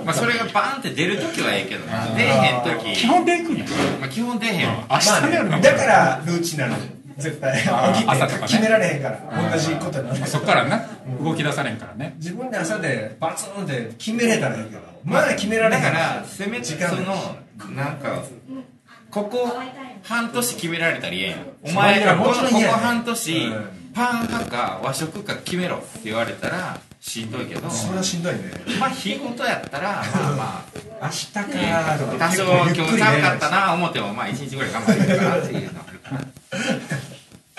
Speaker 2: まあそれがバーンって出るときはええけどな出えへんとき
Speaker 4: 基、本でいくんや
Speaker 2: まあ、基本出えへんわ
Speaker 4: 明日
Speaker 3: まあ
Speaker 4: の夜の
Speaker 3: ねだからルーチンなの絶対起き
Speaker 4: 朝とか
Speaker 3: て
Speaker 4: ね
Speaker 3: 決められへんから同じことになる
Speaker 4: そっからな動き出されんからね
Speaker 3: 自分で朝でバツンって決めれたらいいけどまだ決められへ
Speaker 2: だ
Speaker 3: ん
Speaker 2: からせめて
Speaker 3: 時
Speaker 2: そ
Speaker 3: 間
Speaker 2: のなんかここ半年決められたら嫌やんお
Speaker 3: い
Speaker 2: 前
Speaker 3: や
Speaker 2: このこ
Speaker 3: もち
Speaker 2: こ
Speaker 3: ろん嫌や
Speaker 2: 半年
Speaker 3: うん
Speaker 2: パン派か和食か決めろって言われたらしんどいけど
Speaker 3: それはしんどいね
Speaker 2: まあ日ごとやった らまあま
Speaker 3: 明日か
Speaker 2: あ
Speaker 3: ーとか
Speaker 2: 多少今日寒かったな思ってもまあ一日ぐらい頑張ってみるかなっていうのはあるか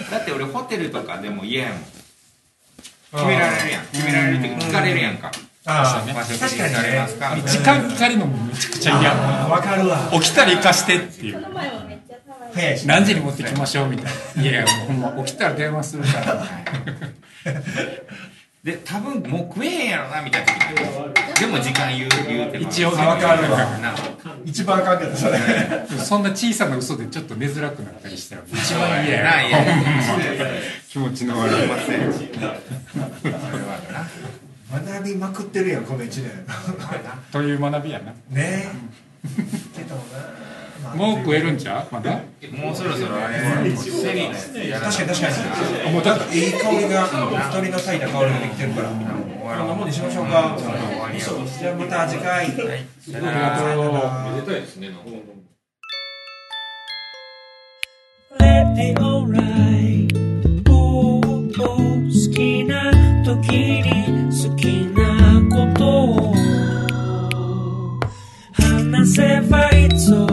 Speaker 2: らだって俺ホテルとかでも嫌やもん決められるやん決められるっていうか聞かれるやんか
Speaker 3: あ
Speaker 2: 場所
Speaker 3: 確かに
Speaker 2: され
Speaker 3: ね
Speaker 2: ますかみたいな
Speaker 4: 時間かかるのもめちゃくちゃ嫌
Speaker 3: あ分かるわ
Speaker 4: 起きたら行かしてってい
Speaker 8: こ
Speaker 4: う
Speaker 8: の前はめっちゃ騒いで
Speaker 3: 早いし
Speaker 4: 何時に持ってきましょうみたいないやいやもうほんま起きたら電話するから
Speaker 2: で多分もう食えへんやろなみたいな時でも時間言う言うても
Speaker 4: 一応ね
Speaker 3: わかるわ
Speaker 2: な
Speaker 3: 一番あかんけどそれ
Speaker 4: そんな小さな嘘でちょっと寝づらくなったりしたら一
Speaker 2: 一
Speaker 4: 番
Speaker 2: 番嫌
Speaker 4: 嫌や
Speaker 2: やな
Speaker 4: な気持ちの悪い
Speaker 2: すいませんそれはあるな
Speaker 3: 学びまくってるやんこの 一年
Speaker 4: という学びや
Speaker 3: ね
Speaker 4: な
Speaker 3: え けどなまあ
Speaker 4: もう食えるんちゃうまだ
Speaker 2: もうそろそろあれセリーやら
Speaker 3: 確かに確かに
Speaker 4: もうだって
Speaker 3: いい香りが二人の炊いた香りができてるからこんなもんにしましょうかじゃあまた次回
Speaker 2: さよなら
Speaker 7: めでたいですねなんか
Speaker 1: Let the alright おうおう好きな時に好きなことを話せばいいぞ